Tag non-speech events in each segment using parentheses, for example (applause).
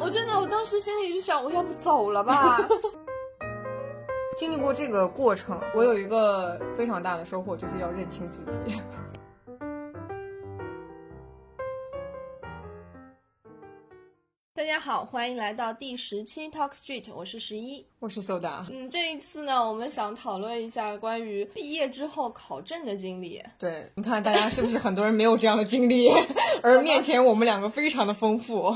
我真的，我当时心里就想，我要不走了吧？经历过这个过程，我有一个非常大的收获，就是要认清自己。 (laughs) 大家好，欢迎来到第十期 Talk Street，我是十一。我是 Soda，嗯，这一次呢，我们想讨论一下关于毕业之后考证的经历。对，你看大家是不是很多人没有这样的经历， (laughs) 而面前我们两个非常的丰富。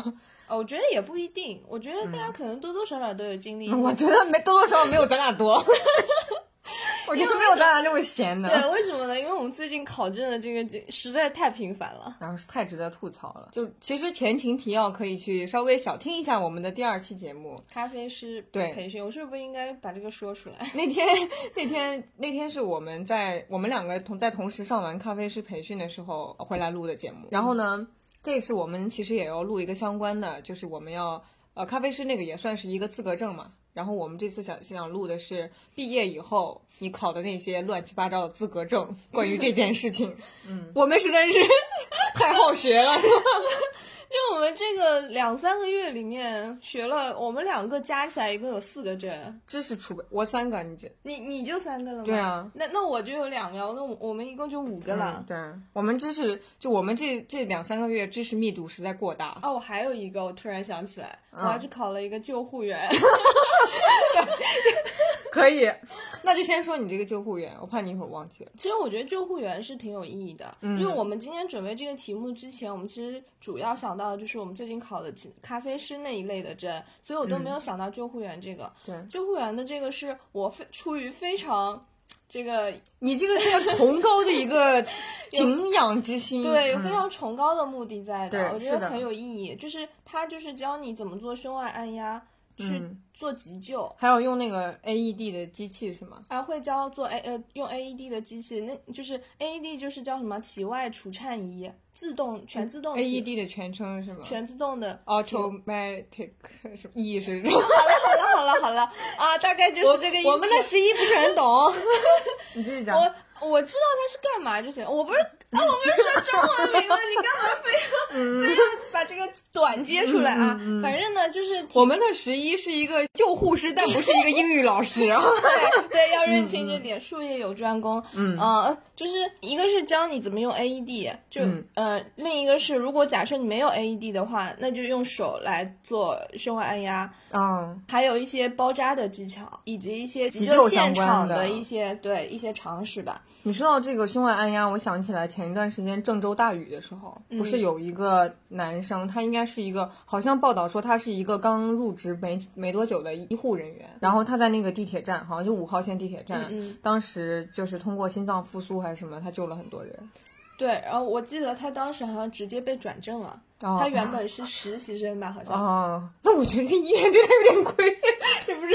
呃，我觉得也不一定，我觉得大家可能多多少少都有经历。嗯 (laughs) 我觉得没多多少少没有咱俩多， (laughs) 我觉得没有咱俩这么闲 (laughs) 的。对，为什么呢？因为我们最近考证的这个经实在太频繁了。然后是太值得吐槽了。就其实前情提要可以去稍微小听一下我们的第二期节目。咖啡师对培训，我是不是应该把这个说出来？ (laughs) 那天那天那天是我们在我们两个同在同时上完咖啡师培训的时候回来录的节目。然后呢，这次我们其实也要录一个相关的，就是我们要呃咖啡师那个也算是一个资格证嘛。然后我们这次想想录的是毕业以后你考的那些乱七八糟的资格证，关于这件事情， (laughs) 嗯，我们实在是 (laughs) 太好学了，因为我们这个两三个月里面学了，我们两个加起来一共有四个证，知识储备我三个，你这你你就三个了吗？对啊。那那我就有两个，那我我们一共就五个了。对，我们知识就我们这这两三个月知识密度实在过大，哦，我还有一个，我突然想起来，我嗯还去考了一个救护员。可以，那就先说你这个救护员，我怕你一会儿忘记了。其实我觉得救护员是挺有意义的，因嗯为我们今天准备这个题目之前，我们其实主要想到的就是我们最近考的其咖啡师那一类的证，所以我都没有想到救护员这个。嗯对救护员的这个是我非出于非常这个你这个是要崇高的一 (laughs) 个敬仰之心，对、嗯非常崇高的目的在的，对我觉是得的很有意义。就是他就是教你怎么做胸外按压，去嗯做急救。还有用那个 AED 的机器是吗？还会教做 A 呃用 AED 的机器，那就是 AED 就是叫什么体外除颤仪，自动全自动体 AED E 的哦全称是吗全自动的。哦？Automatic 什么 E 是什么？ (laughs) 好了好了好了啊，大概就是这个意思。我们的十一不是很 (laughs) 懂，你继续讲。我我知道它是干嘛就行，我不是啊，我不是说中文 (laughs) 名了，你干嘛非要非要把这个短接出来嗯啊？反正呢，就是体我们的十一是一个救护师，但不是一个英语老师啊。对对，要认清这点，术业有专攻。嗯，呃，就是一个是教你怎么用 AED，就、嗯呃，另一个是如果假设你没有 AED 的话，那就用手来做胸外按压， (laughs) 嗯，还有一些包扎的技巧，以及一些急急救现相关场的一些对一些常识吧。你说到这个胸外按压，我想起来前一段时间郑州大雨的时候，不嗯是有一个男生，他应该是一个，好像报道说他是一个刚入职没没多久的医护人员，然后他在那个地铁站，好像就五号线地铁站，嗯当时就是通过心脏复苏还是什么，他救了很多人。对，然后我记得他当时好像直接被转正了，哦他原本是实习生吧，好像。哦，那我觉得医院真的有点亏，这不是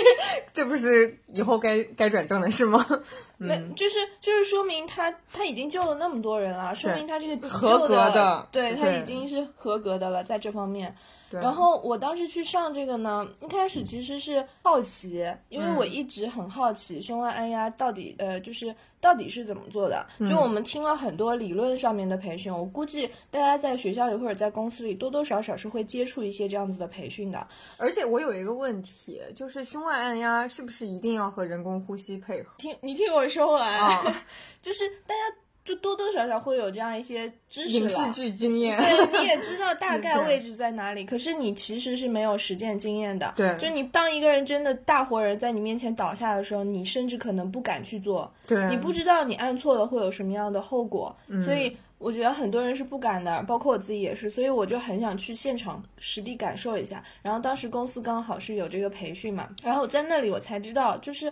这不是以后该该转正的是吗？ (laughs) 没，嗯就是就是说明他他已经救了那么多人了，说明他这个急合救格的对他对已经是合格的了，在这方面。然后我当时去上这个呢，一开始其实是好奇，因为嗯我一直很好奇胸外按压到底呃就是到底是怎么做的。嗯就我们听了很多理论上面的培训，我估计大家在学校里或者在公司里多多少少是会接触一些这样子的培训的。而且我有一个问题，就是胸外按压是不是一定要和人工呼吸配合？听你听我说完，啊 (laughs) 就是大家就多多少少会有这样一些知识影了。视剧经验。对，你也知道大概位置在哪里，可是你其实是没有实践经验的。对就你当一个人真的大活人在你面前倒下的时候，你甚至可能不敢去做，(laughs) 对你不知道你按错了会有什么样的后果，所以。我觉得很多人是不敢的，包括我自己也是，所以我就很想去现场实地感受一下。然后当时公司刚好是有这个培训嘛，然后我在那里我才知道，就是，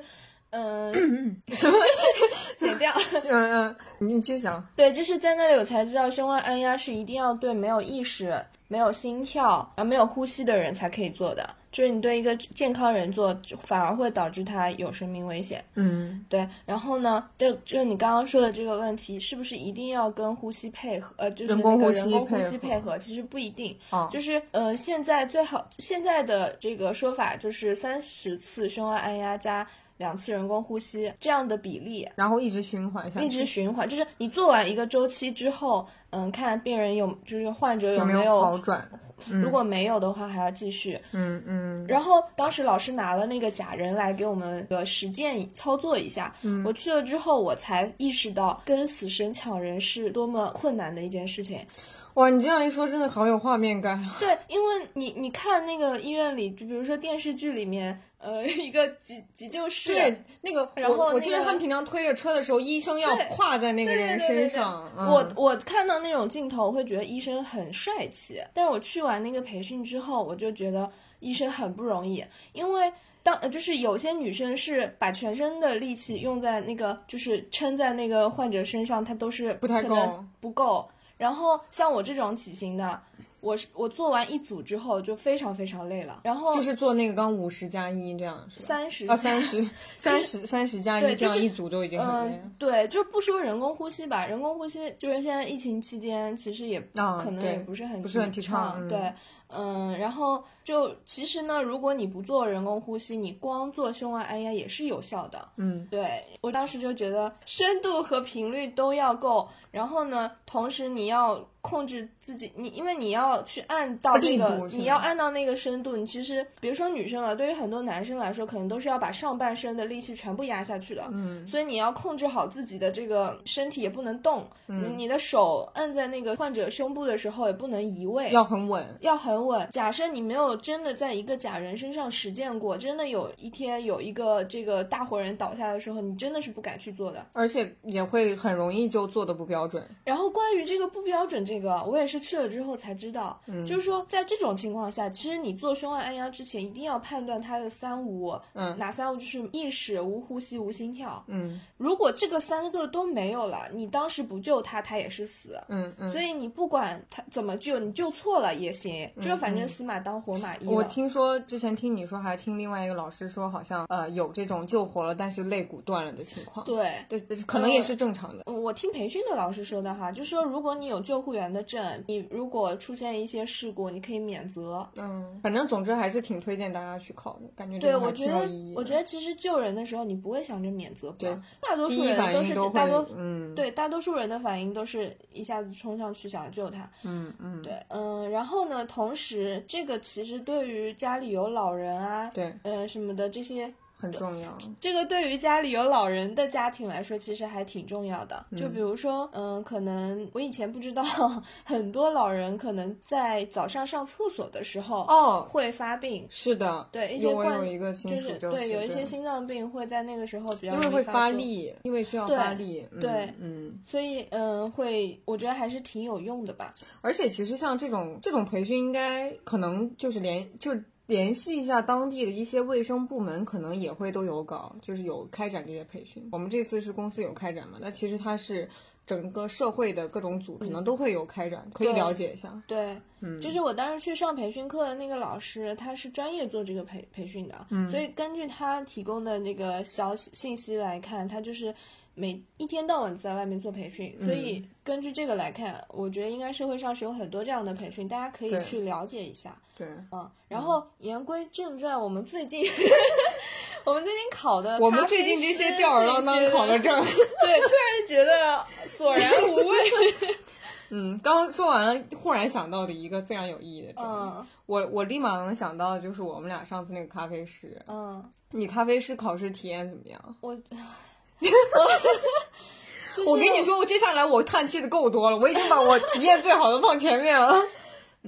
嗯、 (laughs) 剪掉，嗯嗯，你去想，对，就是在那里我才知道，胸外按呃压是一定要对没有意识、没有心跳、啊没有呼吸的人才可以做的。就是你对一个健康人做，反而会导致他有生命危险。嗯，对，然后呢，就就你刚刚说的这个问题，是不是一定要跟呼吸配合？呃，就是人那工个呼人吸工呼配吸合配合，其实不一定。哦就是呃，现在最好现在的这个说法就是三十次胸外按压加两次人工呼吸这样的比例，然后一直循环下去，一直循环，就是你做完一个周期之后，嗯，看病人有就是患者有有没没好转？如果没有的话还要继续。嗯嗯，然后当时老师拿了那个假人来给我们呃实践操作一下，嗯我去了之后我才意识到跟死神抢人是多么困难的一件事情。哇，你这样一说，真的好有画面感啊！对，因为你你看那个医院里，就比如说电视剧里面，呃， (laughs) 一个急急救室，对，那个，然后我那我记得个他们平常推着车的时候，医生要对跨在那个对对人对对身对上。嗯我我看到那种镜头，我会觉得医生很帅气。但是我去完那个培训之后，我就觉得医生很不容易，因为当呃就是有些女生是把全身的力气用在那个，就是撑在那个患者身上，她都是不太可够能不够。然后像我这种体型的，我是我做完一组之后就非常非常累了，然后就是做那个刚五十加一这样是吧？三十啊，三 (laughs) 十三十三十加一对这就是样一组就已经很累了。嗯，对，就不说人工呼吸吧，人工呼吸就是现在疫情期间，其实也、啊可能对也不是很不是很提倡嗯对，嗯，然后就其实呢，如果你不做人工呼吸，你光做胸外按压也是有效的。嗯，对我当时就觉得深度和频率都要够，然后呢，同时你要控制自己，你因为你要去按到那力个度，是你吧要按到那个深度，你其实别说女生了，啊对于很多男生来说，可能都是要把上半身的力气全部压下去的。嗯，所以你要控制好自己的这个身体，也不能动。嗯，你的手按在那个患者胸部的时候，也不能移位。要很稳。要很稳。假设你没有真的在一个假人身上实践过，真的有一天有一个这个大活人倒下的时候，你真的是不敢去做的。而且也会很容易就做的不标准，然后关于这个不标准，这个我也是去了之后才知道，嗯就是说在这种情况下，其实你做胸外按压之前，一定要判断它的三无，嗯哪三无就是意识、无呼吸、无心跳。嗯如果这个三个都没有了，你当时不救他，他也是死。嗯嗯。所以你不管他怎么救，你救错了也行，就是反正死马当活马医了。嗯我听说之前听你说，还听另外一个老师说，好像呃有这种救活了但是肋骨断了的情况，对，对，对可能也是正常的。嗯我听培训的老师说的哈，就说如果你有救护员的证，你如果出现一些事故，你可以免责。嗯，反正总之还是挺推荐大家去考的，感觉这对，个我还觉挺得有意义，的。我觉得其实救人的时候，你不会想着免责吧对？大多第数一人反都应是都会大多，嗯，对，大多数人的反应都是一下子冲上去想救他。嗯嗯，对，嗯，然后呢，同时这个其实对于家里有老人啊，对，呃什么的这些很重要。这个对于家里有老人的家庭来说，其实还挺重要的。就比如说，嗯、可能我以前不知道，很多老人可能在早上上厕所的时候哦，会发病，是的，对一些有我冠有一个亲就属是就对，有一些对心脏病会在那个时候比较因为容易会发发作，力，因为需要对发力，嗯对嗯。所以嗯、会我觉得还是挺有用的吧。而且其实像这种这种培训，应该可能就是联就是联系一下当地的一些卫生部门，可能也会都有搞，就是有开展这些培训。我们这次是公司有开展嘛，那其实它是整个社会的各种组可能都会有开展，可以对了解一下。对，嗯就是我当时去上培训课的那个老师，他是专业做这个培培训的，嗯所以根据他提供的那个消息信息来看，他就是每一天到晚在外面做培训，所以嗯根据这个来看，我觉得应该社会上是有很多这样的培训，大家可以对去了解一下。对，嗯，然后言归正传，我们最近 (laughs) 我们最近考的，我们最近这些吊儿郎当考的，证，对，突然觉得索然无味。 (laughs) (laughs) 嗯，刚说完了，忽然想到的一个非常有意义的证。嗯我我立马能想到的就是我们俩上次那个咖啡师，嗯。你咖啡师考试体验怎么样？ (laughs) 我，就是我跟你说，我接下来我叹气的够多了，我已经把我体验最好的放前面了。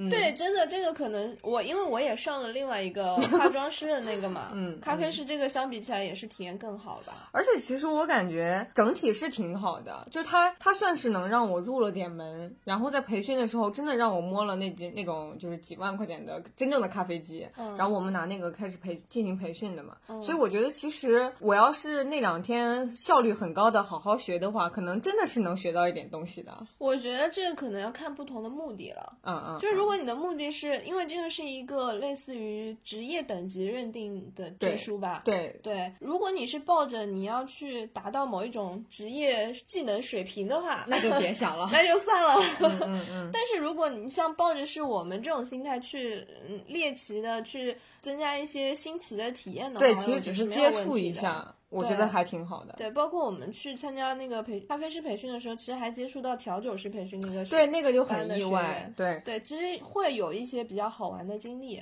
对，真的这个可能我因为我也上了另外一 (laughs) 个化妆师的那个嘛，嗯咖啡师这个相比起来也是体验更好吧。 (laughs) 而且其实我感觉整体是挺好的，就他他算是能让我入了点门，然后在培训的时候真的让我摸了那几那种就是几万块钱的真正的咖啡机，嗯然后我们拿那个开始培进行培训的嘛，所以我觉得其实我要是那两天效率很高的好好学的话，可能真的是能学到一点东西的，我觉得这个可能要看不同的目的了。嗯嗯，就是如如果你的目的是因为这个是一个类似于职业等级认定的证书吧？对对，如果你是抱着你要去达到某一种职业技能水平的话，，(laughs) 那就别想 (laughs) 了那就算了。嗯嗯嗯， (laughs) 但是如果你像抱着是我们这种心态去嗯猎奇的去增加一些新奇的体验的话， (laughs) 对，我其实觉得只是没接有问触题一的。下，我觉对得还挺好的。对，包括我们去参加那个培咖啡师培训的时候，其实还接触到调酒师培训那个对，那个就班很的意学外员。对，对，其实会有一些比较好玩的经历。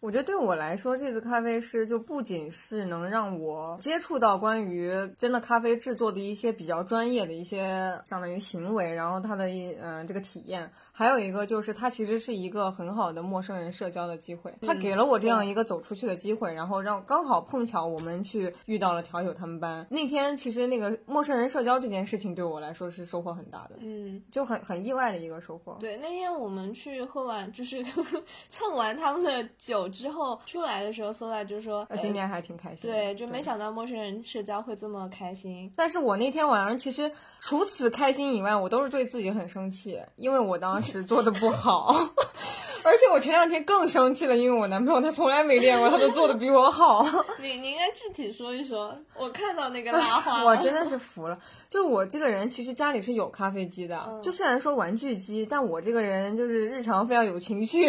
我觉得对我来说，这次咖啡师就不仅是能让我接触到关于真的咖啡制作的一些比较专业的一些相当于行为，然后它的一嗯、呃这个体验，还有一个就是它其实是一个很好的陌生人社交的机会，它嗯给了我这样一个走出去的机会，然后让刚好碰巧我们去遇到了调酒他们班那天，其实那个陌生人社交这件事情对我来说是收获很大的，嗯，就很很意外的一个收获。对，那天我们去喝完，就是 (laughs) 蹭完他们的酒之后出来的时候，Sola 就说：“哎呃，今年还挺开心的。对，就没想到陌生人社交会这么开心。但是我那天晚上其实除此开心以外，我都是对自己很生气，因为我当时做的不好， (laughs) 而且我前两天更生气了，因为我男朋友他从来没练过，他都做的比我好，你你应该具体说一说，我看到那个拉花了， (laughs) 我真的是服了。就我这个人其实家里是有咖啡机的，嗯就虽然说玩具机，但我这个人就是日常非常有情绪，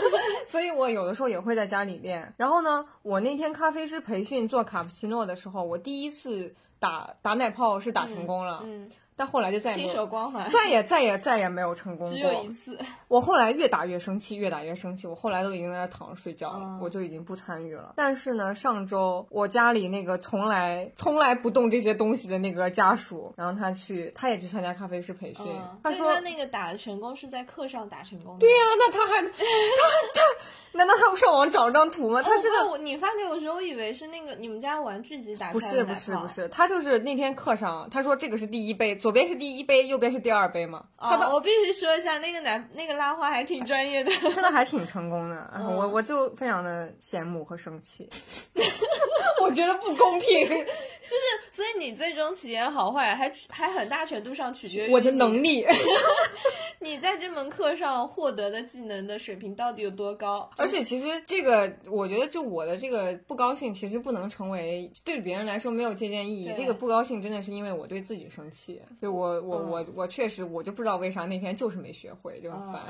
(laughs) 所以我有的时候也会在家里练。然后呢，我那天咖啡师培训做卡布奇诺的时候，我第一次打打奶泡是打成功了，嗯，但后来就再也没亲有手光 (laughs) 环再也再也再也没有成功只有一过。次。我后来越打越生气，越打越生气，我后来都已经在那躺着睡觉了，嗯我就已经不参与了。但是呢，上周我家里那个从来从来不动这些东西的那个家属，然后他去，他也去参加咖啡师培训，嗯，他所以说哎他。那个打成功是在课上打成功的。对呀、那他 (laughs) 还他他难道他不上网找张图吗？他哦，这个、我你发给我的时候，我以为是那个你们家玩具机打不出来的是奶不泡是不，是，他就是那天课上他说这个是第一杯，左边是第一杯，右边是第二杯嘛。他哦，我必须说一下，那个奶那个拉花还挺专 (laughs) 业的。真的还挺成功的，我我就非常的羡慕和生气， (laughs) 我觉得不公平，所以你最终体验好坏还还很大程度上取决于我的你能力，你在这门课上获得的技能的水平到底有多高。 (laughs) 而且其实这个，我觉得就我的这个不高兴，其实不能成为对别人来说没有借鉴意义对。这个不高兴真的是因为我对自己生气，就我我我我确实我就不知道为啥那天就是没学会，就很烦。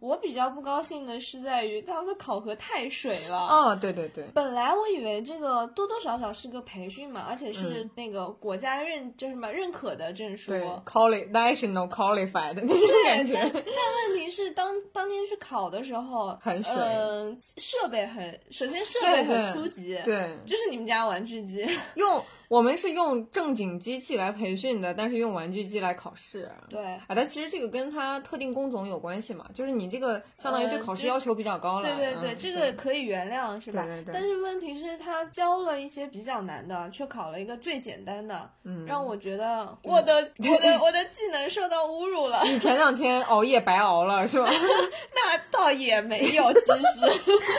我比较不高兴的是在于他们的考核太水了。哦，对对对，本来我以为这个多多少少是个培训嘛，而且是那个国家认就是什么认可的证书。嗯对 quali national qualified 那种感觉，问题是当当天去考的时候，很水嗯、设备很，首先设备对对很初级，对。就是你们家玩具机， (laughs) 用我们是用正经机器来培训的，但是用玩具机来考试。对。啊，但其实这个跟它特定工种有关系嘛，就是你这个相当于对呃考试这要求比较高了。对对对，嗯这个可以原谅是吧？对对对但是问题是，他教了一些比较难的，却考了一个最简单的，嗯让我觉得我的 (laughs) 我的我的技能受到侮辱了。 (laughs) 你前两天熬夜白熬了是吧？ (laughs) 那倒也没有，其实 (laughs)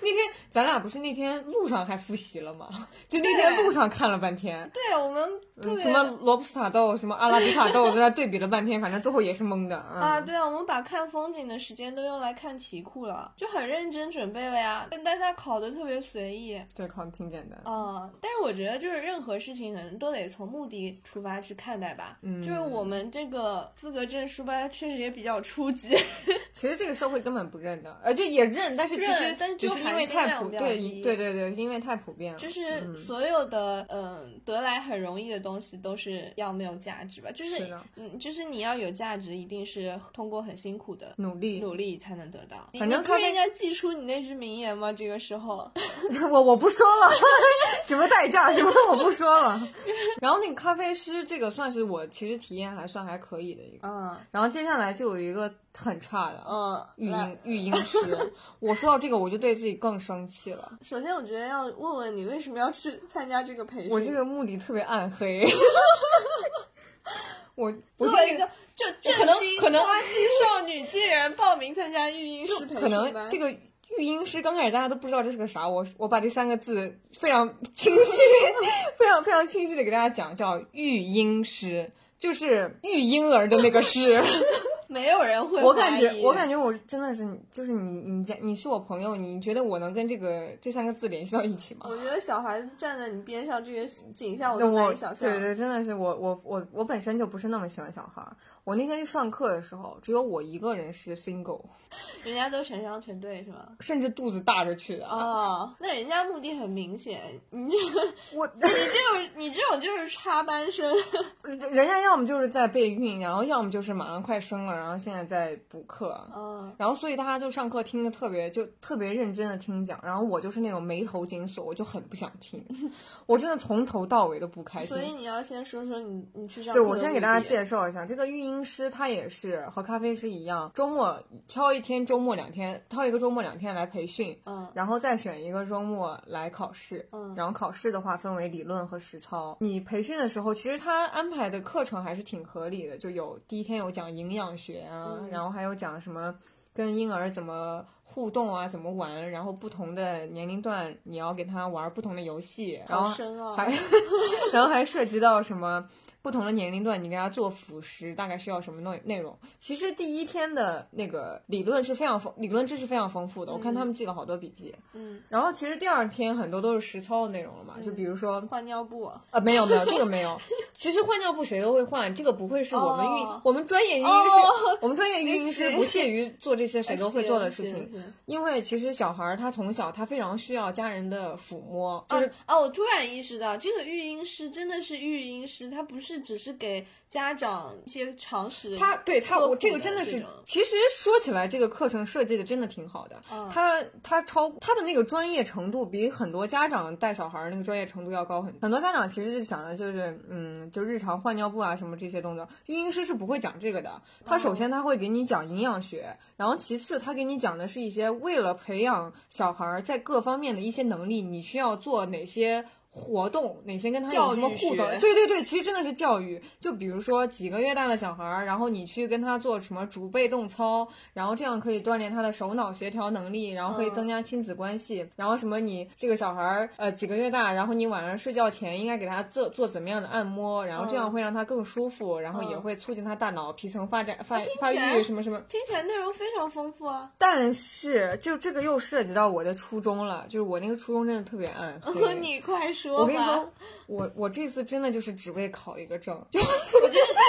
那天咱俩不是那天路上还复习了吗？就那天对路上看了半天，对我们特嗯别什么罗布斯塔豆，什么阿拉比卡豆，在那对比了半天，反正最后也是懵的。嗯、啊，对啊，我们把看风景的时间都用来看题库了，就很认真准备了呀。但大家考的特别随意啊、对，考的挺简单。但是我觉得就是任何事情可能都得从目的出发去看待吧。嗯就是我们这个资格证书吧，确实也比较初级。嗯其实这个社会根本不认的，呃，就也认，但是其实认但是只就是因为含金太普量比较对低对对对，因为太普遍了。就是所有的嗯、得来很容易的东西都是要没有价值吧，就是是的嗯，就是你要有价值，一定是通过很辛苦的努力，努力才能得到。你反正你不咖是啡应该寄出你那句名言吗？这个时候， (laughs) 我我不说了，什么代价什么我不说了。 (laughs) 然后那个咖啡师，这个算是我其实体验还算还可以的一个。嗯然后接下来就有一个很差的嗯，育来婴育婴师，我说到这个我就对自己更生气了，首先，我觉得要问问你为什么要去参加这个培训。我这个目的特别暗黑。 (laughs) 我作我现在为一个就正可能经可能花季少女，竟然报名参加育婴师培训可能这个个育婴师刚开始大家都不知道这是个啥，我我把这三个字非常清晰、 (laughs) 非常非常清晰的给大家讲，叫育婴师，就是育婴儿的那个师。没有人会。 (laughs) 我感觉，我感觉我真的是，就是你，你家，你是我朋友，你觉得我能跟这个这三个字联系到一起吗？我觉得小孩子站在你边上这个景象，我那都难我以想象。对对，真的是我我我我本身就不是那么喜欢小孩儿。我那天去上课的时候，只有我一个人是 single，人家都成双成对是吧？甚至肚子大着去的。哦，那人家目的很明显，你这 (laughs) 我你这种你这种就是插班生，人家要么就是在备孕，然后要么就是马上快生了，然后现在在补课。嗯，然后所以大家就上课听的特别就特别认真的听讲，然后我就是那种眉头紧锁，我就很不想听， (laughs) 我真的从头到尾都不开心所。以你要先说说你你去上对，课我的先给目大的家介绍一下，这个育婴师他也是和咖啡师一样，周末挑一天，周末两天，挑一个周末两天来培训，嗯然后再选一个周末来考试。嗯然后考试的话分为理论和实操。你培训的时候，其实他安排的课程还是挺合理的，就有第一天有讲营养学啊，嗯然后还有讲什么跟婴儿怎么互动啊，怎么玩，然后不同的年龄段你要给他玩不同的游戏，然好后深哦奥、 (laughs) 还然后还涉及到什么不同的年龄段，你给他做辅食，大概需要什么内内容。其实第一天的那个理论是非常丰，理论知识非常丰富的，我看他们记了好多笔记。嗯，然后其实第二天很多都是实操的内容了嘛，就比如说换尿布，呃，没有没有，这个没有。其实换尿布谁都会换，这个不会是我们育、哦我们专业育婴师，我们专业育婴师行不屑于做这些谁都会做的事 (laughs) 行情，。行因为其实小孩儿他从小他非常需要家人的抚摸，就是啊！我突然意识到，这个育婴师真的是育婴师，他不是只是给家长一些常识。他对他，科我普这个的真的这是种，其实说起来，这个课程设计的真的挺好的。嗯他他超他的那个专业程度比很多家长带小孩儿那个专业程度要高很多。很多家长其实就想着就是嗯，就日常换尿布啊什么这些动作，育婴师是不会讲这个的。他首嗯先他会给你讲营养学，然后其次他给你讲的是一些为了培养小孩儿在各方面的一些能力，你需要做哪些。活动哪些跟他有什么教育学互动？对对对，其实真的是教育。就比如说几个月大的小孩儿，然后你去跟他做什么主被动操，然后这样可以锻炼他的手脑协调能力，然后可以嗯增加亲子关系。然后什么你这个小孩儿呃几个月大，然后你晚上睡觉前应该给他做做怎么样的按摩，然后这样嗯会让他更舒服，然后也嗯会促进他大脑皮层发展发发起来育什么什么。听起来内容非常丰富啊！但是就这个又涉及到我的初衷了，就是我那个初衷真的特别暗 (laughs) 黑。 (laughs) 你快说吧！我跟你说，我我这次真的就是只为考一个证，就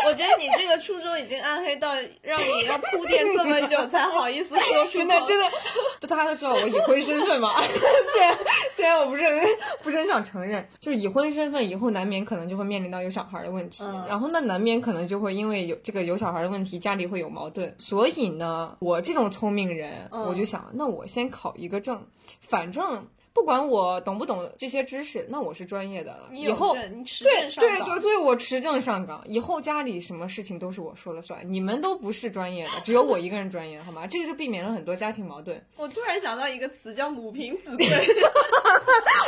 我觉得你这个初衷已经暗黑到让你要铺垫这么久才好意思说出口。真的真的， (laughs) 就大家都知道我已婚身份嘛。 (laughs) 虽然虽然我不是很不是很想承认，就是已婚身份以后难免可能就会面临到有小孩的问题，嗯然后那难免可能就会因为有这个有小孩的问题，家里会有矛盾。所以呢，我这种聪明人，嗯我就想，那我先考一个证，反正。不管我懂不懂这些知识，那我是专业的了。你以有后证，你持对证上对岗对，。所以我持证上岗，以后家里什么事情都是我说了算，你们都不是专业的，只有我一个人专业，好吗？这个就避免了很多家庭矛盾。我突然想到一个词叫母凭 (laughs) 子贵，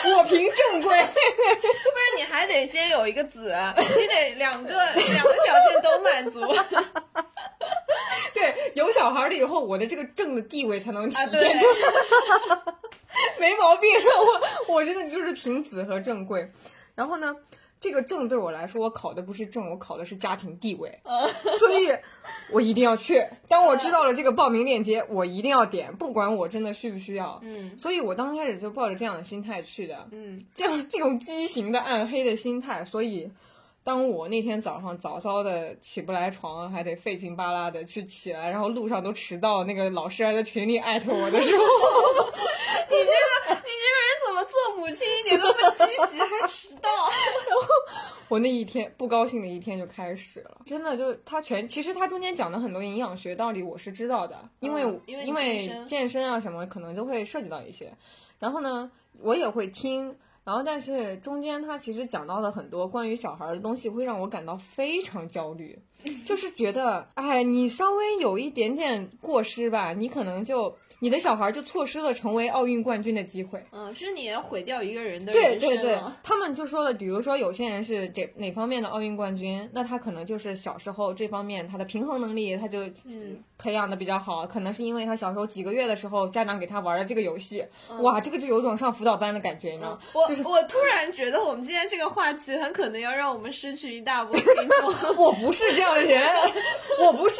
不我凭正规， (laughs) 是你还得先有一个子，你得两个两个条件都满足 (laughs) 啊！对，有小孩了以后，我的这个正的地位才能体啊对现出，来， (laughs) 没毛病。 (laughs) 我我真的就是凭子和正贵。然后呢，这个正对我来说，我考的不是正，我考的是家庭地位。啊 (laughs) 所以我一定要去。当我知道了这个报名链接，我一定要点，不管我真的需不需要。嗯所以我刚开始就抱着这样的心态去的，嗯，这样 (laughs) 这种畸形的暗黑的心态，所以。当我那天早上早早的起不来床，还得费劲巴拉的去起来，然后路上都迟到，那个老师还在群里艾特我的时候， (laughs) 你这个你这个人怎么做母亲一点都不积极，还迟到？我那一天不高兴的一天就开始了。真的就他全，其实他中间讲的很多营养学道理我是知道的，因为、嗯因为你因健身健身啊什么可能就会涉及到一些。然后呢，我也会听。然后，但是中间他其实讲到了很多关于小孩的东西，会让我感到非常焦 (laughs) 虑，就是觉得，哎，你稍微有一点点过失吧，你可能就你的小孩就错失了成为奥运冠军的机会。 (laughs) 嗯，是你要毁掉一个人的对人生对对啊，他们就说了，比如说有些人是哪哪方面的奥运冠军，那他可能就是小时候这方面他的平衡能力他就嗯培养的比较好，可能是因为他小时候几个月的时候家长给他玩了这个游戏，哇，这个就有种上辅导班的感觉呢。嗯 (laughs) 我、就是 (laughs) 我突然觉得我们今天这个话题很可能要让我们失去一大波听众。 (laughs) 我不是这样的人，人，我不是。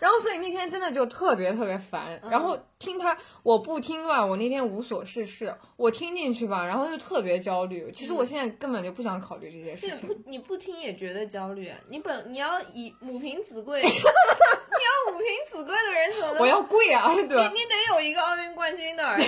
然后，所以那天真的就特别特别烦。嗯然后听他，我不听吧，我那天无所事事；我听进去吧，然后又特别焦虑。其实我现在根本就不想考虑这些事你嗯情。不你不听也觉得焦虑，啊你本你要以母凭子贵， (laughs) 你要母凭子贵的人怎么能？我要跪啊，对吧你你得有一个奥运冠军的儿 (laughs) 子。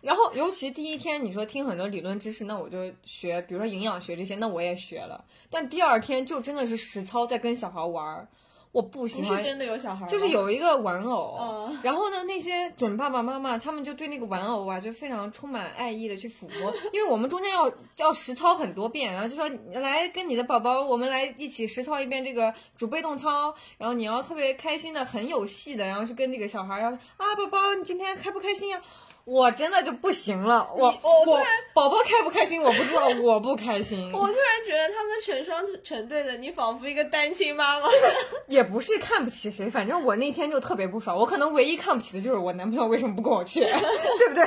然后，尤其第一天你说听很多理论知识，那我就学，比如说营养学这些，那我也学了。但第二天就真的是实操在跟小孩玩儿，我不喜不欢是真的有小孩吗，就是有一个玩偶，嗯然后呢，那些准爸爸妈妈他们就对那个玩偶啊，就非常充满爱意的去抚摸， (laughs) 因为我们中间要要实操很多遍，然后就说来跟你的宝宝，我们来一起实操一遍这个主被动操，然后你要特别开心的、很有戏的，然后去跟这个小孩要啊，宝宝你今天开不开心呀、我真的就不行了，我你我突我然宝宝开不开心我不知道，我不开 (laughs) 心。我突然觉得他们成双成对的，你仿佛一个单亲妈 (laughs) 妈。也不是看不起谁，反正我那天就特别不爽。我可能唯一看不起的就是我男朋友为什么不跟我去， (laughs) 对不对？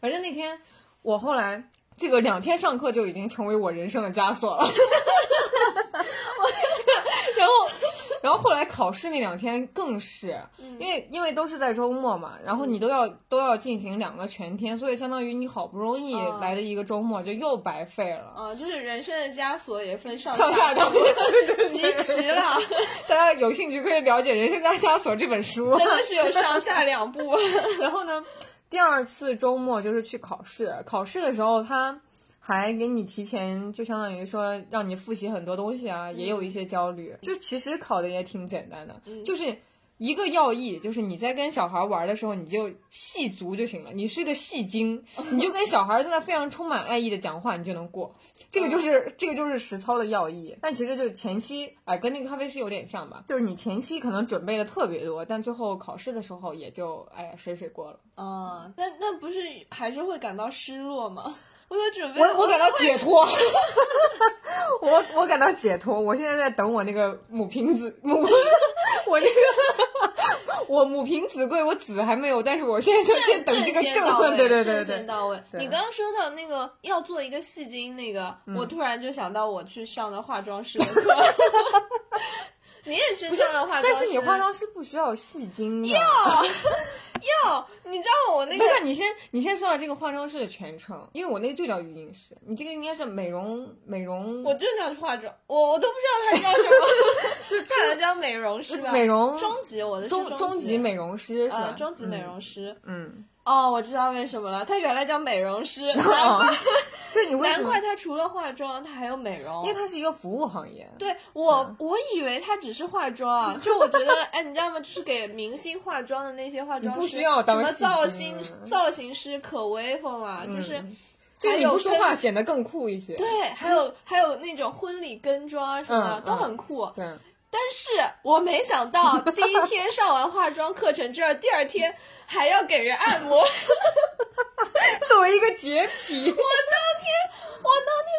反正那天我后来这个两天上课就已经成为我人生的枷锁了。 (laughs) 然后，然后后来考试那两天更是，因为因为都是在周末嘛，然后你都要都要进行两个全天，所以相当于你好不容易啊来的一个周末就又白费了。啊，就是人生的枷锁也分上上下两个 (laughs) 集齐哦了， (laughs) 大家有兴趣可以了解《人生加枷锁》这本 (laughs) 书。真的是有上下两 (laughs) 步。然后呢，第二次周末就是去考试，考试的时候他还给你提前，就相当于说让你复习很多东西啊，也有一些焦虑。就其实考的也挺简单的，就是。一个要义就是你在跟小孩玩的时候，你就戏足就行了。你是个戏精，你就跟小孩在那非常充满爱意的讲话，你就能过。这个就是这个就是实操的要义。但其实就前期，哎、跟那个咖啡师有点像吧，就是你前期可能准备的特别多，但最后考试的时候也就哎呀水水过了。啊，那那不是还是会感到失落吗？我都准备， (laughs) 我我感到解脱，我我感到解脱。我现在在等我那个母凭子母， (laughs) 我那个我母凭子贵，我子还没有，但是我现在就在等这个先证到婚。位， (laughs) 对对对正对先，到位。对你刚刚说到那个要做一个戏精，那个、嗯我突然就想到我去上的化妆师的 (laughs) 课， (laughs) 你也去上了化妆但师，是你化妆师不需要戏精的。哟，哦你知道我那不个是你先，你先说到这个化妆师的全称，因为我那个就叫语音师，你这个应该是美容美容，我就想去化妆，我我都不知道它叫什么， (laughs) 就看了叫美容师吧，美容中级，我的是中中级美容师是吧？呃中级美容师。嗯，哦，我知道为什么了，它原来叫美容 (laughs) 师，嗯，难哦，所以你为什难么怪？它除了化妆，它还有美容，因为它嗯是一个服务行业，对我，我以为他只是化妆啊，就我觉得，哎，你知道吗？就是给明星化妆的那些化妆师，你不需要当什么戏造型精啊造型师可威风了，就是就还是你有不说跟话显得更酷一些。对，还有还有那种婚礼跟妆啊什么的、嗯都很酷。对，但是我没想到，第一天上完化妆课程之后，第二天还要给人按 (laughs) 摩。作为一个洁癖，我当天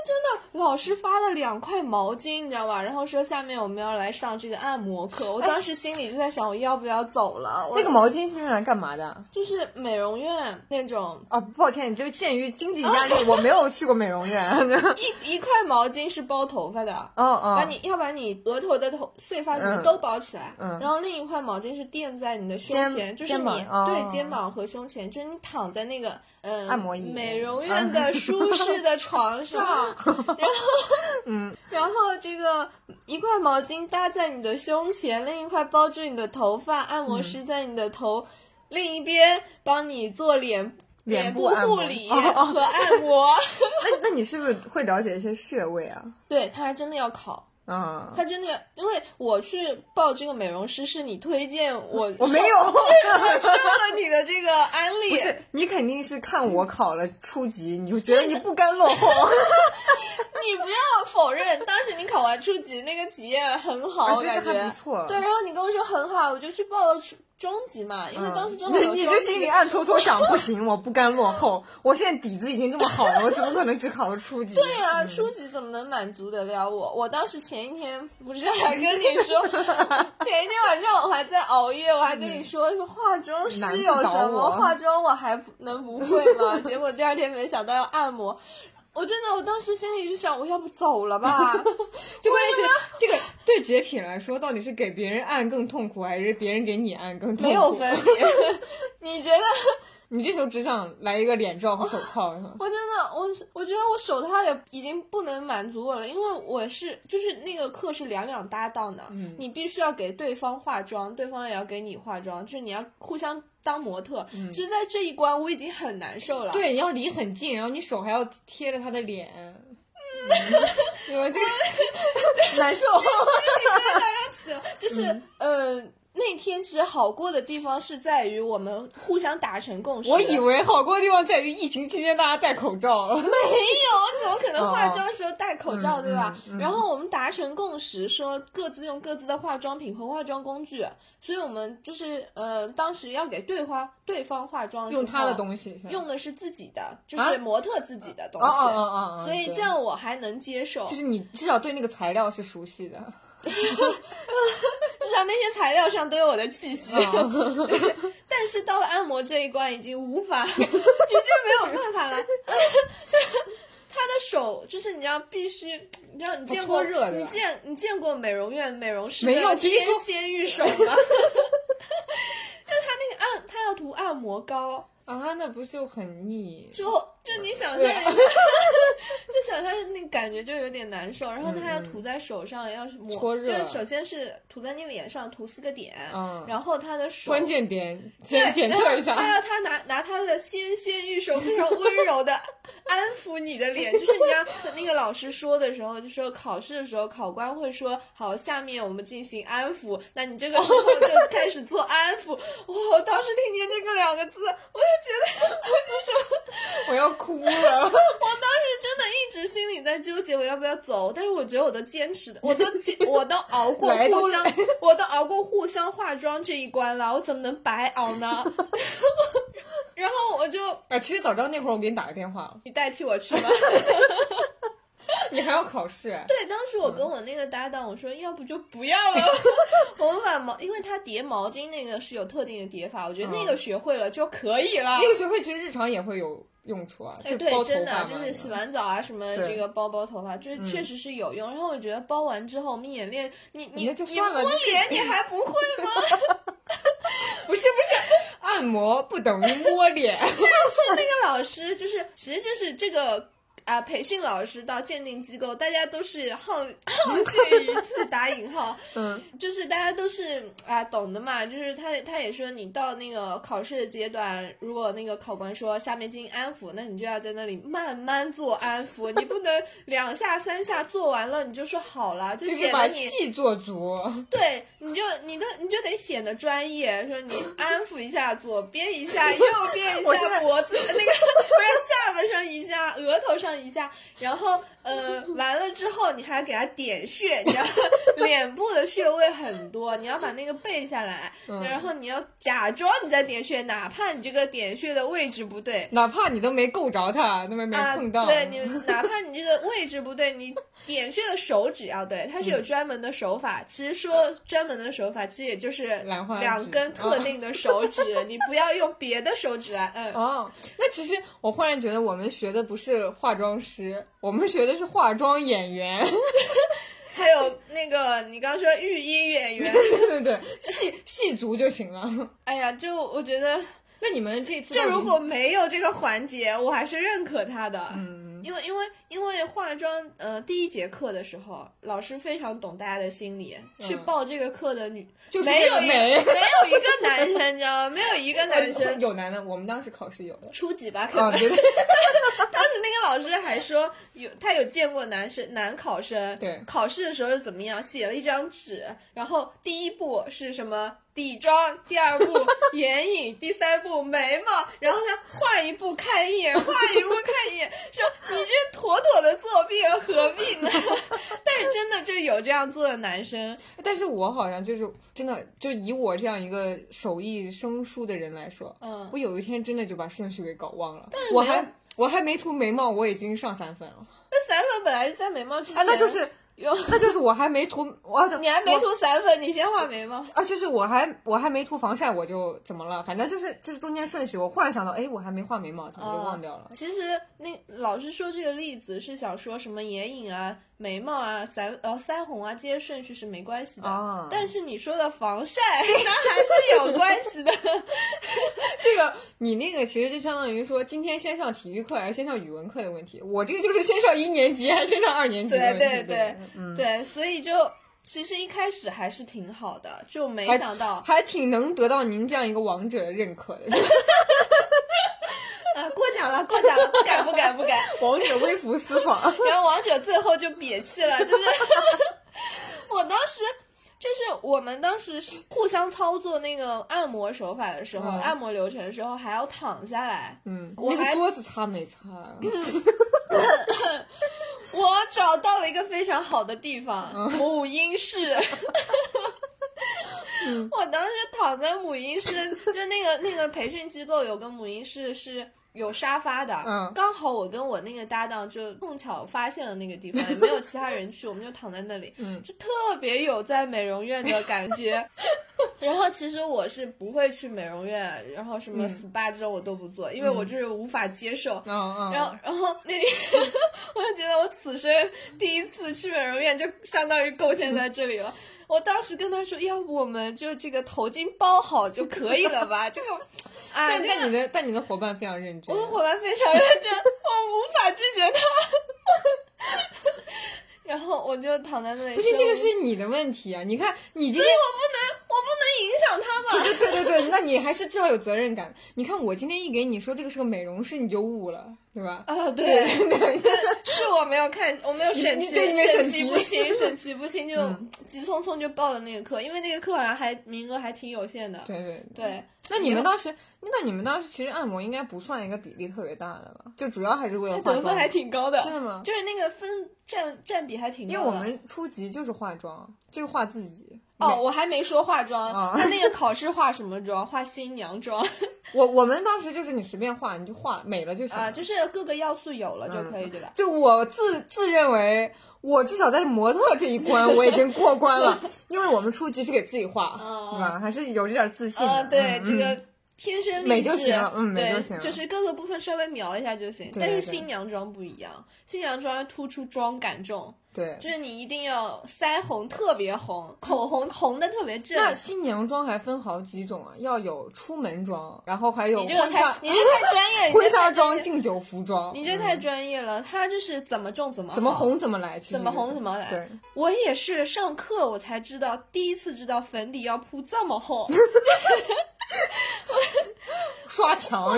真的，老师发了两块毛巾，你知道吧？然后说下面我们要来上这个按摩课。我当时心里就在想，我要不要走了？ (laughs) 我哎那个毛巾是用来干嘛的？就是美容院那种哦，抱歉，你这鉴于经济压啊力，我没有去过美容院。 (laughs) 一一块毛巾是包头发的，哦哦，把你要把你额头的头碎发什么都包起来，嗯然后另一块毛巾是垫在你的胸前，肩就是肩你膀哦对肩膀和胸前，就是你躺在那个嗯按摩椅啊美容院的 (laughs) 舒适的床上，然后嗯， (laughs) 然后这个一块毛巾搭在你的胸前，另一块包住你的头发，按嗯摩师在你的头。另一边帮你做脸脸部部按护摩理哦哦和按 (laughs) 摩，那那你是不是会了解一些穴位啊？对他还真的要考，啊，他真的，因为我去报这个美容师是你推荐我， (laughs) 我没有，受受了你的这个安利，不是你肯定是看我考了初级，你就觉得你不甘落后。 (laughs) 你不要否认，当时你考完初级那个体验很好，啊我这个感还觉不错对，然后你跟我说很好，我就去报了初中级嘛，因为当时正好有嗯 (laughs) 你你中就级心里暗搓搓想，不行，我不甘落后，我现在底子已经这么好了，我怎么可能只考了初 (laughs) 级？对啊，初级怎么能满足得了我？我当时前一天不是还跟你说， (laughs) 前一天晚上我还在熬夜，我还跟你说说化妆师有难什不倒么我 (laughs) 化妆我还不能不会吗？结果第二天没想到要按摩。我真的，我当时心里就想，我要不走了 (laughs) 吧？就关键是这个对洁癖来说，到底是给别人按更痛苦，还是别人给你按更痛苦？没有分别。 (laughs) 你觉得？ (laughs) 你这时候只想来一个脸罩和手铐，是吗？我真的，我我觉得我手套也已经不能满足我了，因为我是就是那个课是两两搭档的，嗯你必须要给对方化妆，对方也要给你化妆，就是你要互相当模特。其实，在这一关我已经很难受了。 (laughs) 嗯对，你要离很近，然后你手还要贴着他的脸。嗯， (laughs) 你们这 (laughs) 个难受。 (laughs) 就是、嗯呃，那天其实好过的地方是在于我们互相达成共识。我以为好过的地方在于疫情期间大家戴口没罩，有，怎么可能化妆时候戴口罩，哦对吧、嗯嗯嗯然后我们达成共识，说各自用各自的化妆品和化妆工具，所以我们就是呃，当时要给对方对方化妆时候，用他的东西是吧，用的是自己的，就啊是模特自己的东哦西，哦哦哦哦，所以对这样我还能接受。就是你至少对那个材料是熟悉的。至少那些材料上都有我的气息，哦 (laughs) 但是到了按摩这一关，已经无法，已经没有办法了。他的手就是你知道，必须你知道你见过哦搓热的你见你见过美容院美容师没有的听纤说纤玉手吗？ (laughs) 就他那个按，他要涂按摩膏，啊，那不是就很腻？就就你想象啊一下， (laughs) 就想象那感觉就有点难受。然后他还要涂在手上，要是抹，嗯搓就热是首先是涂在你脸上，涂四个点，嗯然后他的手关键点对先检测一然后他下。要他拿拿他的纤纤玉手，非常温柔的安抚你的脸，就是你要那个老师说的时候，就说考试的时候，考官会说好，下面我们进行安抚，那你这个时候就开始做安抚。 (laughs) 哇，我当时听见这个两个字，我就觉得 (laughs) 我要哭了。真的一直心里在纠结我要不要走，但是我觉得我都坚持的，我都坚，我都熬过 (laughs) 来都互相，我都熬过互相化妆这一关了，我怎么能白熬呢？ (laughs) 然后我就 (laughs) 啊，其实早知道那会儿我给你打个电话了，你代替我去吧。你还要考 (laughs) 试。哎对，当时我嗯跟我那个搭档我说，要不就不要 (laughs) 了，我们把毛，因为它叠毛巾那个是有特定的叠法，嗯我觉得那个学会了就可以了。那个学会其实日常也会有用处啊，哎，就对包，头真发的嘛。嗯就是洗完澡啊，什么对嗯这个包包头发，就是确实是有用。然后我觉得包完之后，我们演练，你你哎那你就算了摸就脸你还不会吗？不是不是，按摩不等于摸脸。是那个老师，就是其实就是这个。啊，培训老师到鉴定机构，大家都是 (laughs) 沆沆瀣一气打引号， (laughs) 嗯，就是大家都是啊懂的嘛，就是他他也说你到那个考试的阶段，如果那个考官说下面进行安抚，那你就要在那里慢慢做安抚，你不能两下三下做完了你就说好了，就就是显把得你戏做足。对，你就你都你就得显得专业，说你安抚一下左边一下，右边一我现下，在脖子那个 (laughs) 不是下巴上一下，额头上一下，然后呃完了之后你还给他点穴，你知道脸部的穴位很多，你要把那个背下来，嗯然后你要假装你在点穴，哪怕你这个点穴的位置不对。哪怕你都没够着他，都没没啊，碰到，对你，哪怕你这个位置不对，你点穴的手指要对，它是嗯有专门的手法。其实说专门的手法，其实也就是兰花指哦两根特定的手指，你不要用别的手指来。嗯， (laughs) 哦，那其实我忽然觉得我们学的不是化妆师，我们学的是化妆演员， (laughs) 还有那个你刚说育婴演员，对对对，戏戏足就行了。哎呀，就我觉 (laughs) 得，那你们这次就到底如果没有这个环节，我还是认可他的。嗯，因为因为因为化妆，呃，第一节课的时候，老师非常懂大家的心理，去嗯报这个课的女 (laughs) 就是没有为了一没美有一个男生，你知道吗？没有一个男生。哦有男的，我们当时考试有 (laughs) 的。初几 (laughs) 吧，可能、啊，对对当时那个老师还说有他有见过男生男考生，对考试的时候是怎么样，写了一张纸，然后第一步是什么底妆，第二步眼影，第三步眉毛，然后他换一步看一眼，换一步看一眼，说你这妥妥的作弊，何 (laughs) 必呢？但是真的就有这样做的男生，但是我好像就是真的，就以我这样一个手艺生疏的人来说，嗯，我有一天真的就把顺序给搞忘了。是我没有还我还没涂眉毛，我已经上三分了那散粉本来是在眉毛之前，啊！那就是哟，那就是我还没涂，我 (laughs) 你还没涂散粉，你先画眉毛。啊，就是我还我还没涂防晒，我就怎么了？反正就是就是中间顺序，我忽然想到，哎，我还没画眉毛，怎么哦就忘掉了？ (laughs) 其实那老师说这个例子是想说什么眼影啊、眉毛啊、腮呃腮红啊这些顺序是没关系的，啊但是你说的防 (laughs) 晒，那还是有关系的。这个你那个其实就相当于说，今天先上体育课还是先上语文课的问题。我这个就是先上一年级还是先上二年级的问对题。对对对吧 (laughs) 嗯，对，所以就其实一开始还是挺好的，就没还想到还挺能得到您这样一个王者的认可的， (laughs) 啊，过奖了，过奖了，不敢不敢不敢。王者微服私访。然后王者最后就瘪气了，就是 (laughs) 我当时。就是我们当时是互相操作那个按摩手法的时候，嗯按摩流程的时候还要躺下来。嗯，我那还个桌子擦没擦 (clears throat) 啊？我找到了一个非常好的地方，嗯母婴室。嗯我当时躺在母婴室，就那个 (laughs) 那个培训机构有个母婴室是有沙发的，嗯刚好我跟我那个搭档就碰巧发现了那个地方，也没有其他人去，我们就躺在那里，嗯就特别有在美容院的感 (laughs) 觉。然后其实我是不会去美容院，然后什么嗯 SPA 这种我都不做，因为我就是无法接受。嗯嗯。然后，然后那天我就觉得我此生第一次去美容院，就相当于贡献在这里了。我当时跟他说：“要不我们就这个头巾包好就可以了吧？”这个，哎，但这但个你的但你的伙伴非常认真我的伙伴非常认真，我无法拒绝他。 (laughs) 然后我就躺在那里不说，是这个是你的问题啊！你看你今天我不能影响他吧？ (laughs) 对对对，那你还是至少有责任感。你看我今天一给你说这个是个美容室，你就悟了，对吧？啊，对，是我没有看，我没有审你题，你对你没审审嗯题不清，审题不清就急匆匆就报了那个课，因为那个课好像还名额还挺有限的。对对对。对，那你们当时，那你们当时其实按摩应该不算一个比例特别大的吧？就主要还是为了他化得分妆，还挺高的，真的吗？就是那个分占占比还挺高的。因为我们初级就是化妆，就是化自己。哦，我还没说化妆，啊他那个考试化什么妆？化新娘 (laughs) 妆我我们当时就是你随便画，你就画美了就行了。啊，就是各个要素有嗯了就可以，对吧？就我自自认为，我至少在模特这一关 (laughs) 我已经过关了，因为我们初级是给自己画，哦对吧？还是有这点自信的。啊，对，嗯这嗯个天生丽质美就行了嗯美对就行了是各个部分稍微描一下就行。对但是对新娘妆不一样，新娘妆要突出妆感重，对。嗯就是你一定要腮红特别红，口红红的特别正。那新娘妆还分好几种啊，要有出门妆，然后还有你这个婚太纱，你这个太专 (laughs) 业，婚纱你这个太妆、专业敬酒服装，嗯你这太专业了。它就是怎么重怎么怎么好，红怎么来，其实怎么红就是怎么来。对，我也是上课我才知道，第一次知道粉底要铺这么 (laughs) 厚。刷墙，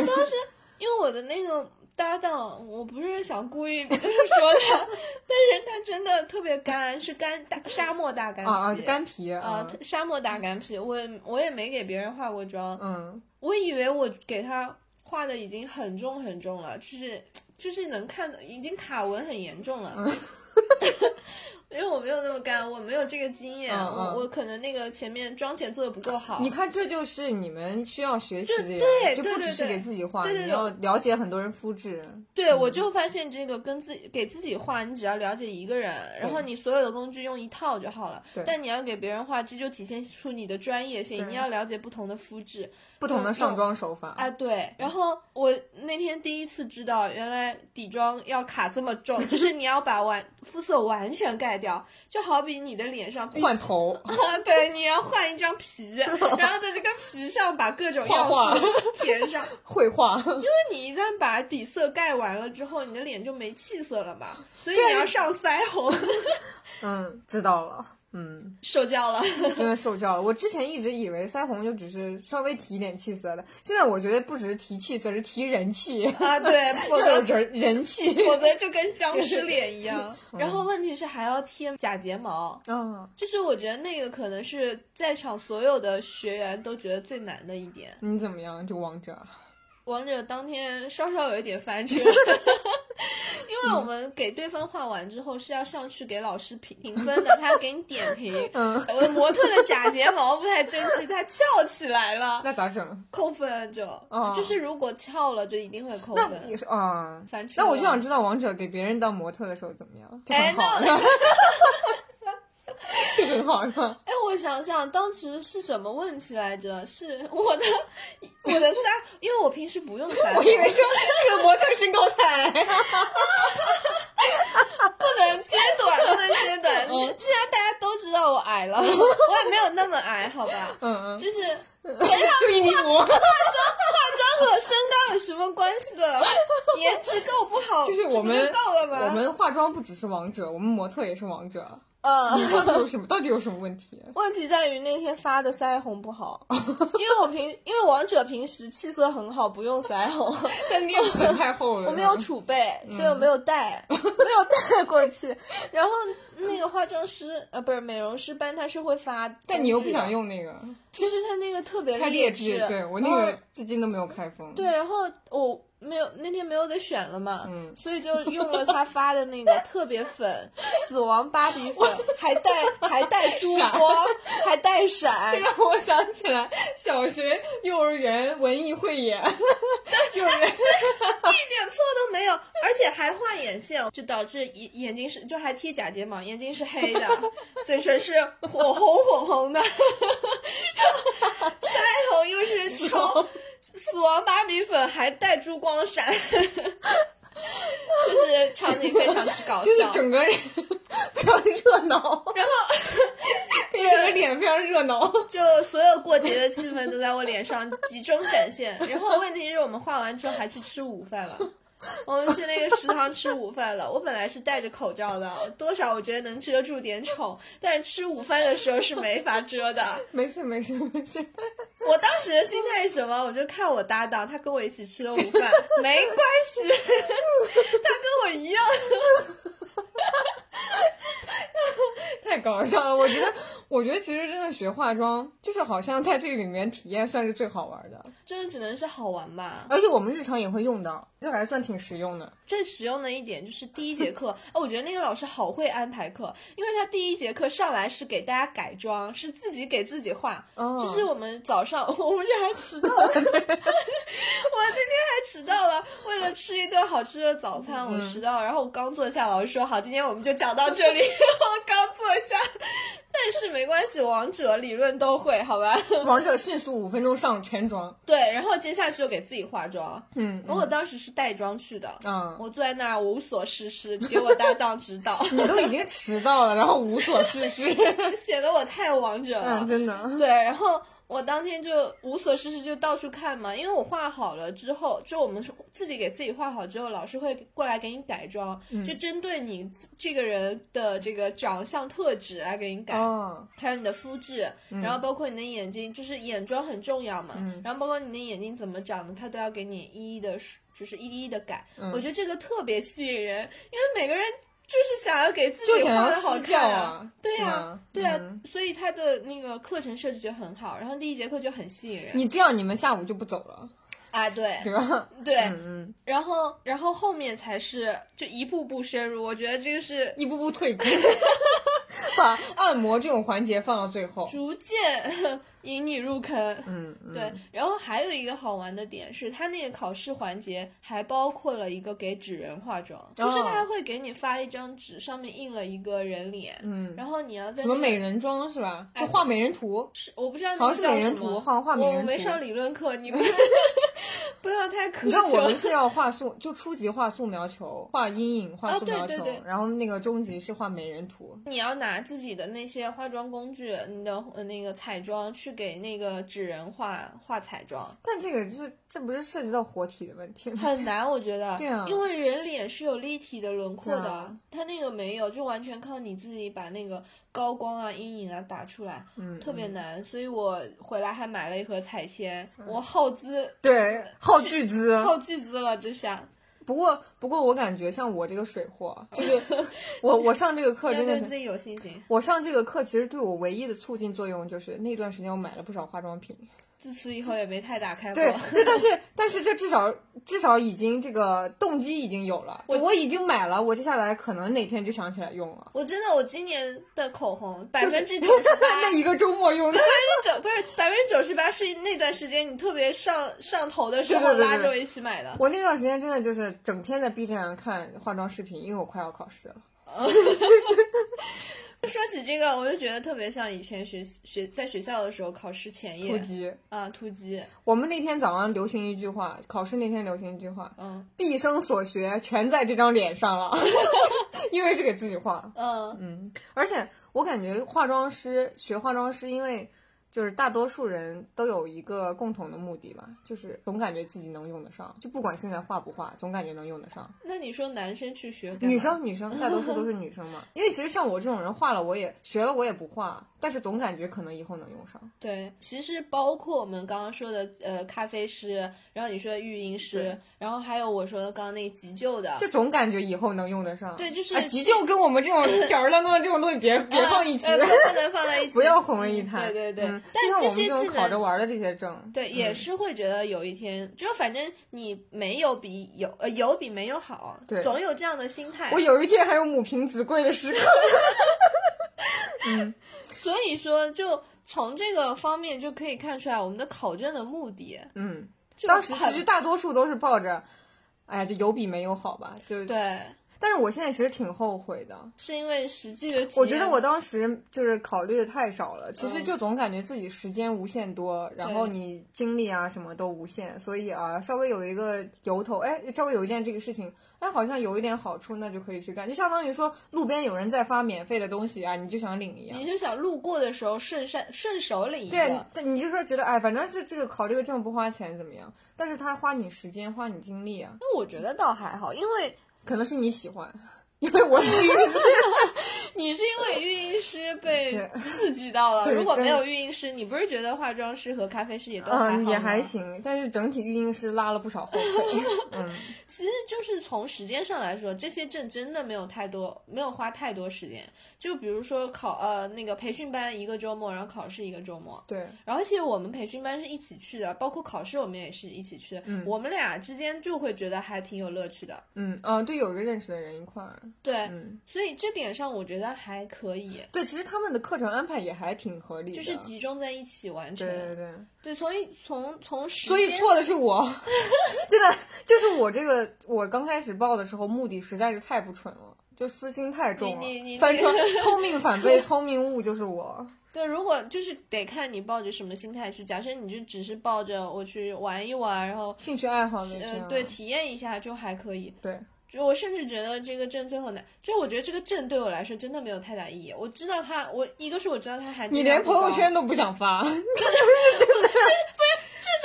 因为我的那个搭档，我不是想故意 (laughs) 说他，但是他真的特别干，是干大沙漠大干皮啊啊，干皮啊啊，沙漠大干皮。我也我也没给别人化过妆，嗯，我以为我给他画的已经很重很重了，就是就是能看到已经卡纹很严重嗯了。 (laughs) 因为我没有那么干，我没有这个经验，嗯嗯我我可能那个前面妆前做的不够好。你看这就是你们需要学习的呀，对就对不对只是对给自己画，对对你对要了解很多人肤质，对，我就发现这个跟自己给自己画，你只要了解一个人，然后你所有的工具用一套就好了对。但你要给别人画，这就体现出你的专业性，对你要了解不同的肤质不嗯同的上妆手法，啊。对，然后我那天第一次知道，原来底妆要卡这么重，就是你要把完肤色完全盖掉，就好比你的脸上换头， (laughs) 啊，对，你要换一张皮，然后在这个皮上把各种要画画素填上。绘画， (laughs) 你一旦把底色盖完了之后，你的脸就没气色了嘛，所以对你要上腮红， (laughs) 嗯，知道了。嗯，受教了。真的受教了。我之前一直以为腮红就只是稍微提一点气色的，现在我觉得不只是提气色，是提人气， (laughs) 啊，对，否要有则人人气。否则就跟僵尸脸一样。嗯然后问题是还要贴假睫毛，啊，就是我觉得那个可能是在场所有的学员都觉得最难的一点。你怎么样，这个王者？ (laughs) 王者当天稍稍有一点翻车，因为我嗯们给对方画完之后是要上去给老师评评分的，他要给你点评。嗯呃模特的假睫毛不太争气，它翘起来了，那咋整？扣分就、哦就是如果翘了就一定会扣那分。也是啊。翻车那了我就想知道王者给别人当模特的时候怎么样，就哎很好， (laughs) 那就很好是啊吧？哎，我想想，当时是什么问题来着？是我的我的腮，因为我平时不用腮 (laughs) (laughs) 我红，以为说这个模特身高太矮，不能揭短，不能揭 (laughs) 短。哦既然大家都知道我矮了， (laughs) 我也没有那么矮，好吧？ (laughs) 嗯嗯，就是呃就一米五，这和身高有什么关系 (laughs) 了？颜值够不好，就是我们这不就够了吗？我们化妆不只是王者，我们模特也是王者。嗯，模特有什么？到底有什么问题？啊问题在于那天发的腮红不 (laughs) 好，因为我平因为王者平时气色很好，不用腮 (laughs) 红。但面粉太厚 (laughs) 了，我没有储备，嗯所以我没有带，没有带过去。然后那个化妆师，呃，不是美容师班，他是会发，但你又不想，用那 (laughs) 个，就是他那个特别太劣哦劣质。对我那然后个至今都没有开封。对，然后我没有那天没有得选了嘛，(laughs) 嗯所以就用了他发的那个特别粉，死亡芭比粉，还 (laughs) 带还带珠闪光，还带闪 (laughs) 这，让我想起来小学、幼儿园文艺汇演，幼儿园一点错都没有，而且还画眼线，就导致眼眼睛是就还贴假睫毛，眼睛是黑 (laughs) 的，嘴唇是火红火红的， (laughs) 腮红又是超死亡芭比粉，还带珠光 (laughs) 闪，就是场景非常之 (laughs) 搞就是笑。整个人非常热闹， (laughs) 然后整个脸非常热闹。就所有过节的气氛都在我脸上集中展现。然后问题是我们画完之后还去吃午饭了。我们去那个食堂吃午饭了。我本来是戴着口罩的，多少我觉得能遮住点丑，但是吃午饭的时候是没法遮的。没事没事没事，我当时的心态是什么？我就看我搭档，他跟我一起吃了午饭，没关系，他跟我一样。太搞笑了。我觉得，我觉得其实真的学化妆，就是好像在这里面体验算是最好玩的，就是只能是好玩吧。而且我们日常也会用到，这还算挺实用的。最实用的一点就是第一节课，啊，我觉得那个老师好会安排课，因为他第一节课上来是给大家改装，是自己给自己画。哦就是我们早上，我们这还迟到了，我今 (laughs) 天还迟到了，为了吃一顿好吃的早餐，我迟到了。然后我刚坐下，老师说好，今天我们就讲到这里。 (laughs) 我刚坐下，但是没关系，王者理论都会，好吧？ (laughs) 王者迅速五分钟上全妆，对，然后接下去就给自己化妆。嗯然后我当时是带妆去的，嗯我坐在那儿，我无所事事， (laughs) 给我搭档指导， (laughs) 你都已经迟到了，然后无所事事，显得我太王者了。 (laughs) 嗯，真的。对，然后我当天就无所事事，就到处看嘛。因为我画好了之后，就我们是自己给自己画好之后，老师会过来给你改妆，就针对你这个人的这个长相特质来给你改。哦，还有你的肤质，嗯然后包括你的眼睛，就是眼妆很重要嘛。然后包括你的眼睛怎么长的，它都要给你一一的，就是一一的改。嗯我觉得这个特别吸引人，因为每个人就是想要给自就己想画要的好私教看啊。对呀、呀、对呀、嗯所以他的那个课程设置就很好，然后第一节课就很吸引人你这样你们下午就不走了，啊，对对吧？对、嗯，然后然后后面才是就一步步深入，我觉得这个是一步步退 (laughs) 步，把按摩这种环节放到最后。逐渐 (laughs) 引你入坑，嗯，嗯对，然后还有一个好玩的点是，它那个考试环节还包括了一个给纸人化妆，哦就是它会给你发一张纸，上面印了一个人脸，嗯，然后你要在什么那美人妆是吧？哎就画美人图，是我不知道那好个像是叫美人什么图好像画美我人没图上理论课， (laughs) 你不 (laughs) 不要太苛求。你知道我们是要画素，就初级画素描球，画阴影，画啊素描球，对对对然后那个中级是画美人图。你要拿自己的那些化妆工具，你的呃那个彩妆去给那个纸人画画彩妆，但这个就是这不是涉及到活体的问题 (laughs) 吗？很难，我觉得。对啊因为人脸是有立体的轮廓对的啊，它那个没有，就完全靠你自己把那个高光啊、阴影啊打出来，嗯，特别难。所以我回来还买了一盒彩铅，嗯我耗资对，耗巨资啊耗巨资了，这下不过，不过我感觉像我这个水货，就是我我上这个课 (laughs) 要真的对是自己有信心。我上这个课其实对我唯一的促进作用就是那段时间我买了不少化妆品，自此以后也没太打开过。对对，但是但是这至少至少已经这个动机已经有了，我我已经买了，我接下来可能哪天就想起来用 (laughs) 了。我真的，我今年的口红百分之九就是十八， (laughs) 那一个周 (laughs) 末用的，九不是百分之九十八是那段时间你特别上上头的时候对对对对拉着我一起买的。我那段时间真的就是整天在 B 站上看化妆视频，因为我快要考试了。说起这个，我就觉得特别像以前学学在学校的时候考试前突夜击，啊突击，我们那天早上流行一句话，考试那天流行一句话，嗯毕生所学全在这张脸上了， (laughs) 因为是给自己画。嗯嗯，而且我感觉化妆师学化妆师，因为就是大多数人都有一个共同的目的吧，就是总感觉自己能用得上，就不管现在画不画，总感觉能用得上。那你说男生去学干嘛女生女生大多数都是女 (laughs) 生嘛，因为其实像我这种人画了我也学了我也不画，但是总感觉可能以后能用上。对，其实包括我们刚刚说的呃咖啡师，然后你说的育婴师对，然后还有我说的刚刚那急救的，就总感觉以后能用得上。啊对就是啊急救跟我们这种 (laughs) 吊儿郎当的这种东西别别呃放一起，呃不 (laughs) 不能放在一起，不要混为一谈。嗯对对对嗯但就像这我们些这种技考着能玩儿的这些证，嗯对，也是会觉得有一天，就反正你没有比有呃有比没有好，对总有这样的心态我。有一天还有母凭子贵的时 (laughs) 刻。所以说，就从这个方面就可以看出来我们的考证的目的。嗯，就当时很其实大多数都是抱着，哎呀，就有比没有好吧。就，对，但是我现在其实挺后悔的。是因为实际的体验。我觉得我当时就是考虑的太少了，其实嗯就总感觉自己时间无限多，然后你精力啊什么都无限，所以啊，稍微有一个由头，哎，稍微有一件这个事情，哎，好像有一点好处，那就可以去干，就相当于说路边有人在发免费的东西啊，你就想领一样你。就想路过的时候顺善顺手领一个。对，但你就说觉得哎，反正是这个考这个证不花钱怎么样？但是他花你时间，花你精力啊，那我觉得倒还好，因为 (laughs) 可能是你喜欢，因为 (laughs) 我自己是你是因为育婴师被 (laughs) 对 (laughs) 刺激到了。对如果真没有育婴师，你不是觉得化妆师和咖啡师也都还好嗯吗也还。行，但是整体育婴师拉了不少后腿，嗯。 (laughs) 其实就是从时间上来说，这些证真的没有太多，没有花太多时间。就比如说考呃那个培训班一个周末，然后考试一个周末。对，然后而且我们培训班是一起去的，包括考试我们也是一起去的。嗯我们俩之间就会觉得还挺有乐趣的。嗯，啊，对，有一个认识的人一块儿，对，嗯，所以这点上我觉得还可以，对，其实他们的课程安排也还挺合理的，就是集中在一起完成。对对对，对，所以从从时所以间错的是我， (laughs) 真的就是我这个我刚开始报的时候目的实在是太不纯了，就私心太重了，你你你翻车，聪明反被聪明误就是我，对，如果就是得看你抱着什么心态去。假设你就只是抱着我去玩一玩，然后兴趣爱好那嗯、这呃样，对体验一下就还可以。对，就我甚至觉得这个证最后拿，就我觉得这个证对我来说真的没有太大意义。我知道它，我一个是我知道它含金你量连不朋高友圈都不想 (laughs) 发， (laughs) 这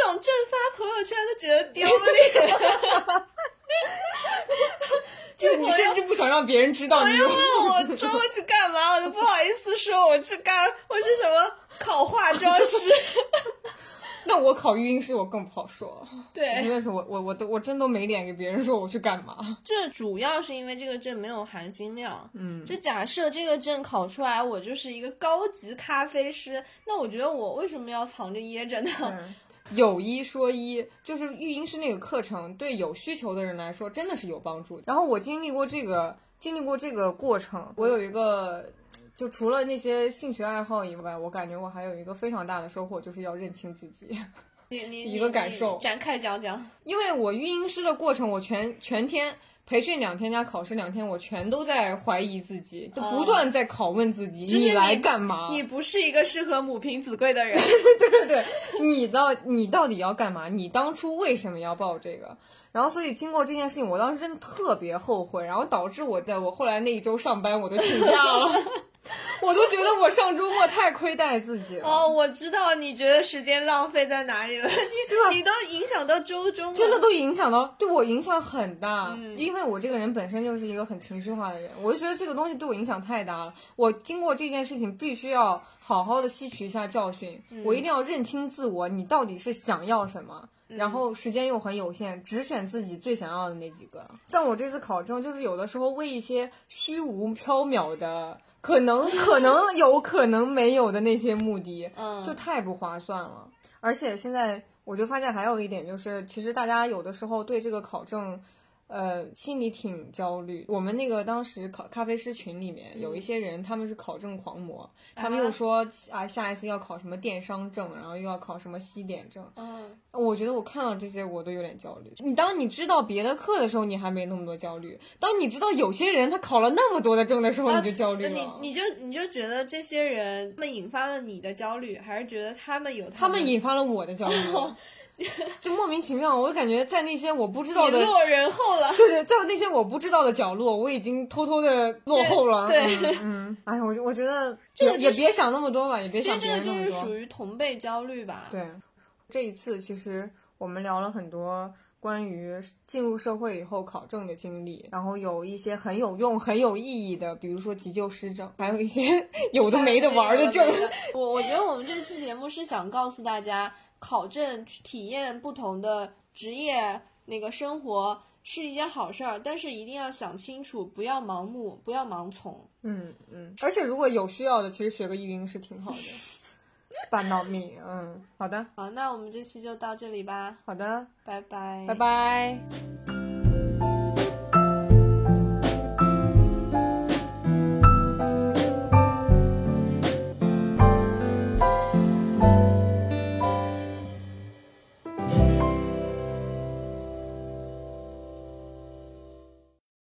种证发朋友圈都觉得丢脸，就是你甚至不想让别人知道你有。问我周末去干嘛，我都不好意思说我去干，我是什么考化妆师。 (laughs) 那我考育婴师我更不 (laughs) 好说，真 (laughs) 对，的是我我我都我真都没脸给别人说我去干嘛。这主要是因为这个证没有含金量。嗯，就假设这个证考出来，我就是一个高级咖啡师，那我觉得我为什么要藏着掖着呢？嗯有一说一，就是育婴师那个课程对有需求的人来说真的是有帮助的。然后我经历过这个，经历过这个过程，我有一个。就除了那些兴趣爱好以外，我感觉我还有一个非常大的收获，就是要认清自己。 (laughs) 你你一个你感你受展开讲讲。因为我育婴师的过程，我全全天培训两天加考试两天，我全都在怀疑自己，就不断在拷问自己：哦是你来干嘛？你不是一个适合母凭子贵的 (laughs) 人，对对，你到你到底要干嘛？你当初为什么要报这个？然后，所以经过这件事情，我当时真的特别后悔，然后导致我在我后来那一周上班我都请假了， (laughs) 我都觉得我上周末太亏待自己了。哦，我知道你觉得时间浪费在哪里了，你你都影响到周中了，啊真的都影响到对我影响很大，因为我这个人本身就是一个很情绪化的人，我就觉得这个东西对我影响太大了。我经过这件事情，必须要好好的吸取一下教训，我一定要认清自我，你到底是想要什么。嗯然后时间又很有限，只选自己最想要的那几个。像我这次考证，就是有的时候为一些虚无缥缈的，可能可能有可能没有的那些目的，嗯就太不划算了。而且现在我就发现还有一点就是，其实大家有的时候对这个考证，呃，心里挺焦虑。我们那个当时考咖啡师群里面嗯有一些人，他们是考证狂啊魔，他们又说啊，下一次要考什么电商证，然后又要考什么西点证。嗯，我觉得我看到这些我都有点焦虑。你当你知道别的课的时候，你还没那么多焦虑；当你知道有些人他考了那么多的证的时候，你就焦虑啊那了。你你就你就觉得这些人他们引发了你的焦虑，还是觉得他们有他们们引发了我的焦虑， (laughs) 就莫名其妙，我感觉在那些我不知道的，你落人后了？对对，在那些我不知道的角落，我已经偷偷的落后 (laughs) 了。对嗯，嗯哎呀，我就我觉得这个也就也别想那么多吧，也别其 (laughs) 想实这别个就人那么是多。属于同辈焦虑吧。对，这一次其实我们聊了很多关于进入社会以后考证的经历，然后有一些很有用、很有意义的，比如说急救师证，还有一些 (laughs) 有的没的玩儿的证。 (laughs) 我我觉得我们这期节目是想告诉大家，考证去体验不同的职业那个生活是一件好事儿，但是一定要想清楚，不要盲目，不要盲从。嗯嗯，而且如果有需要的，其实学个育婴是挺好的。半到命，嗯，好的，好，那我们这期就到这里吧，好的，拜拜，拜。拜。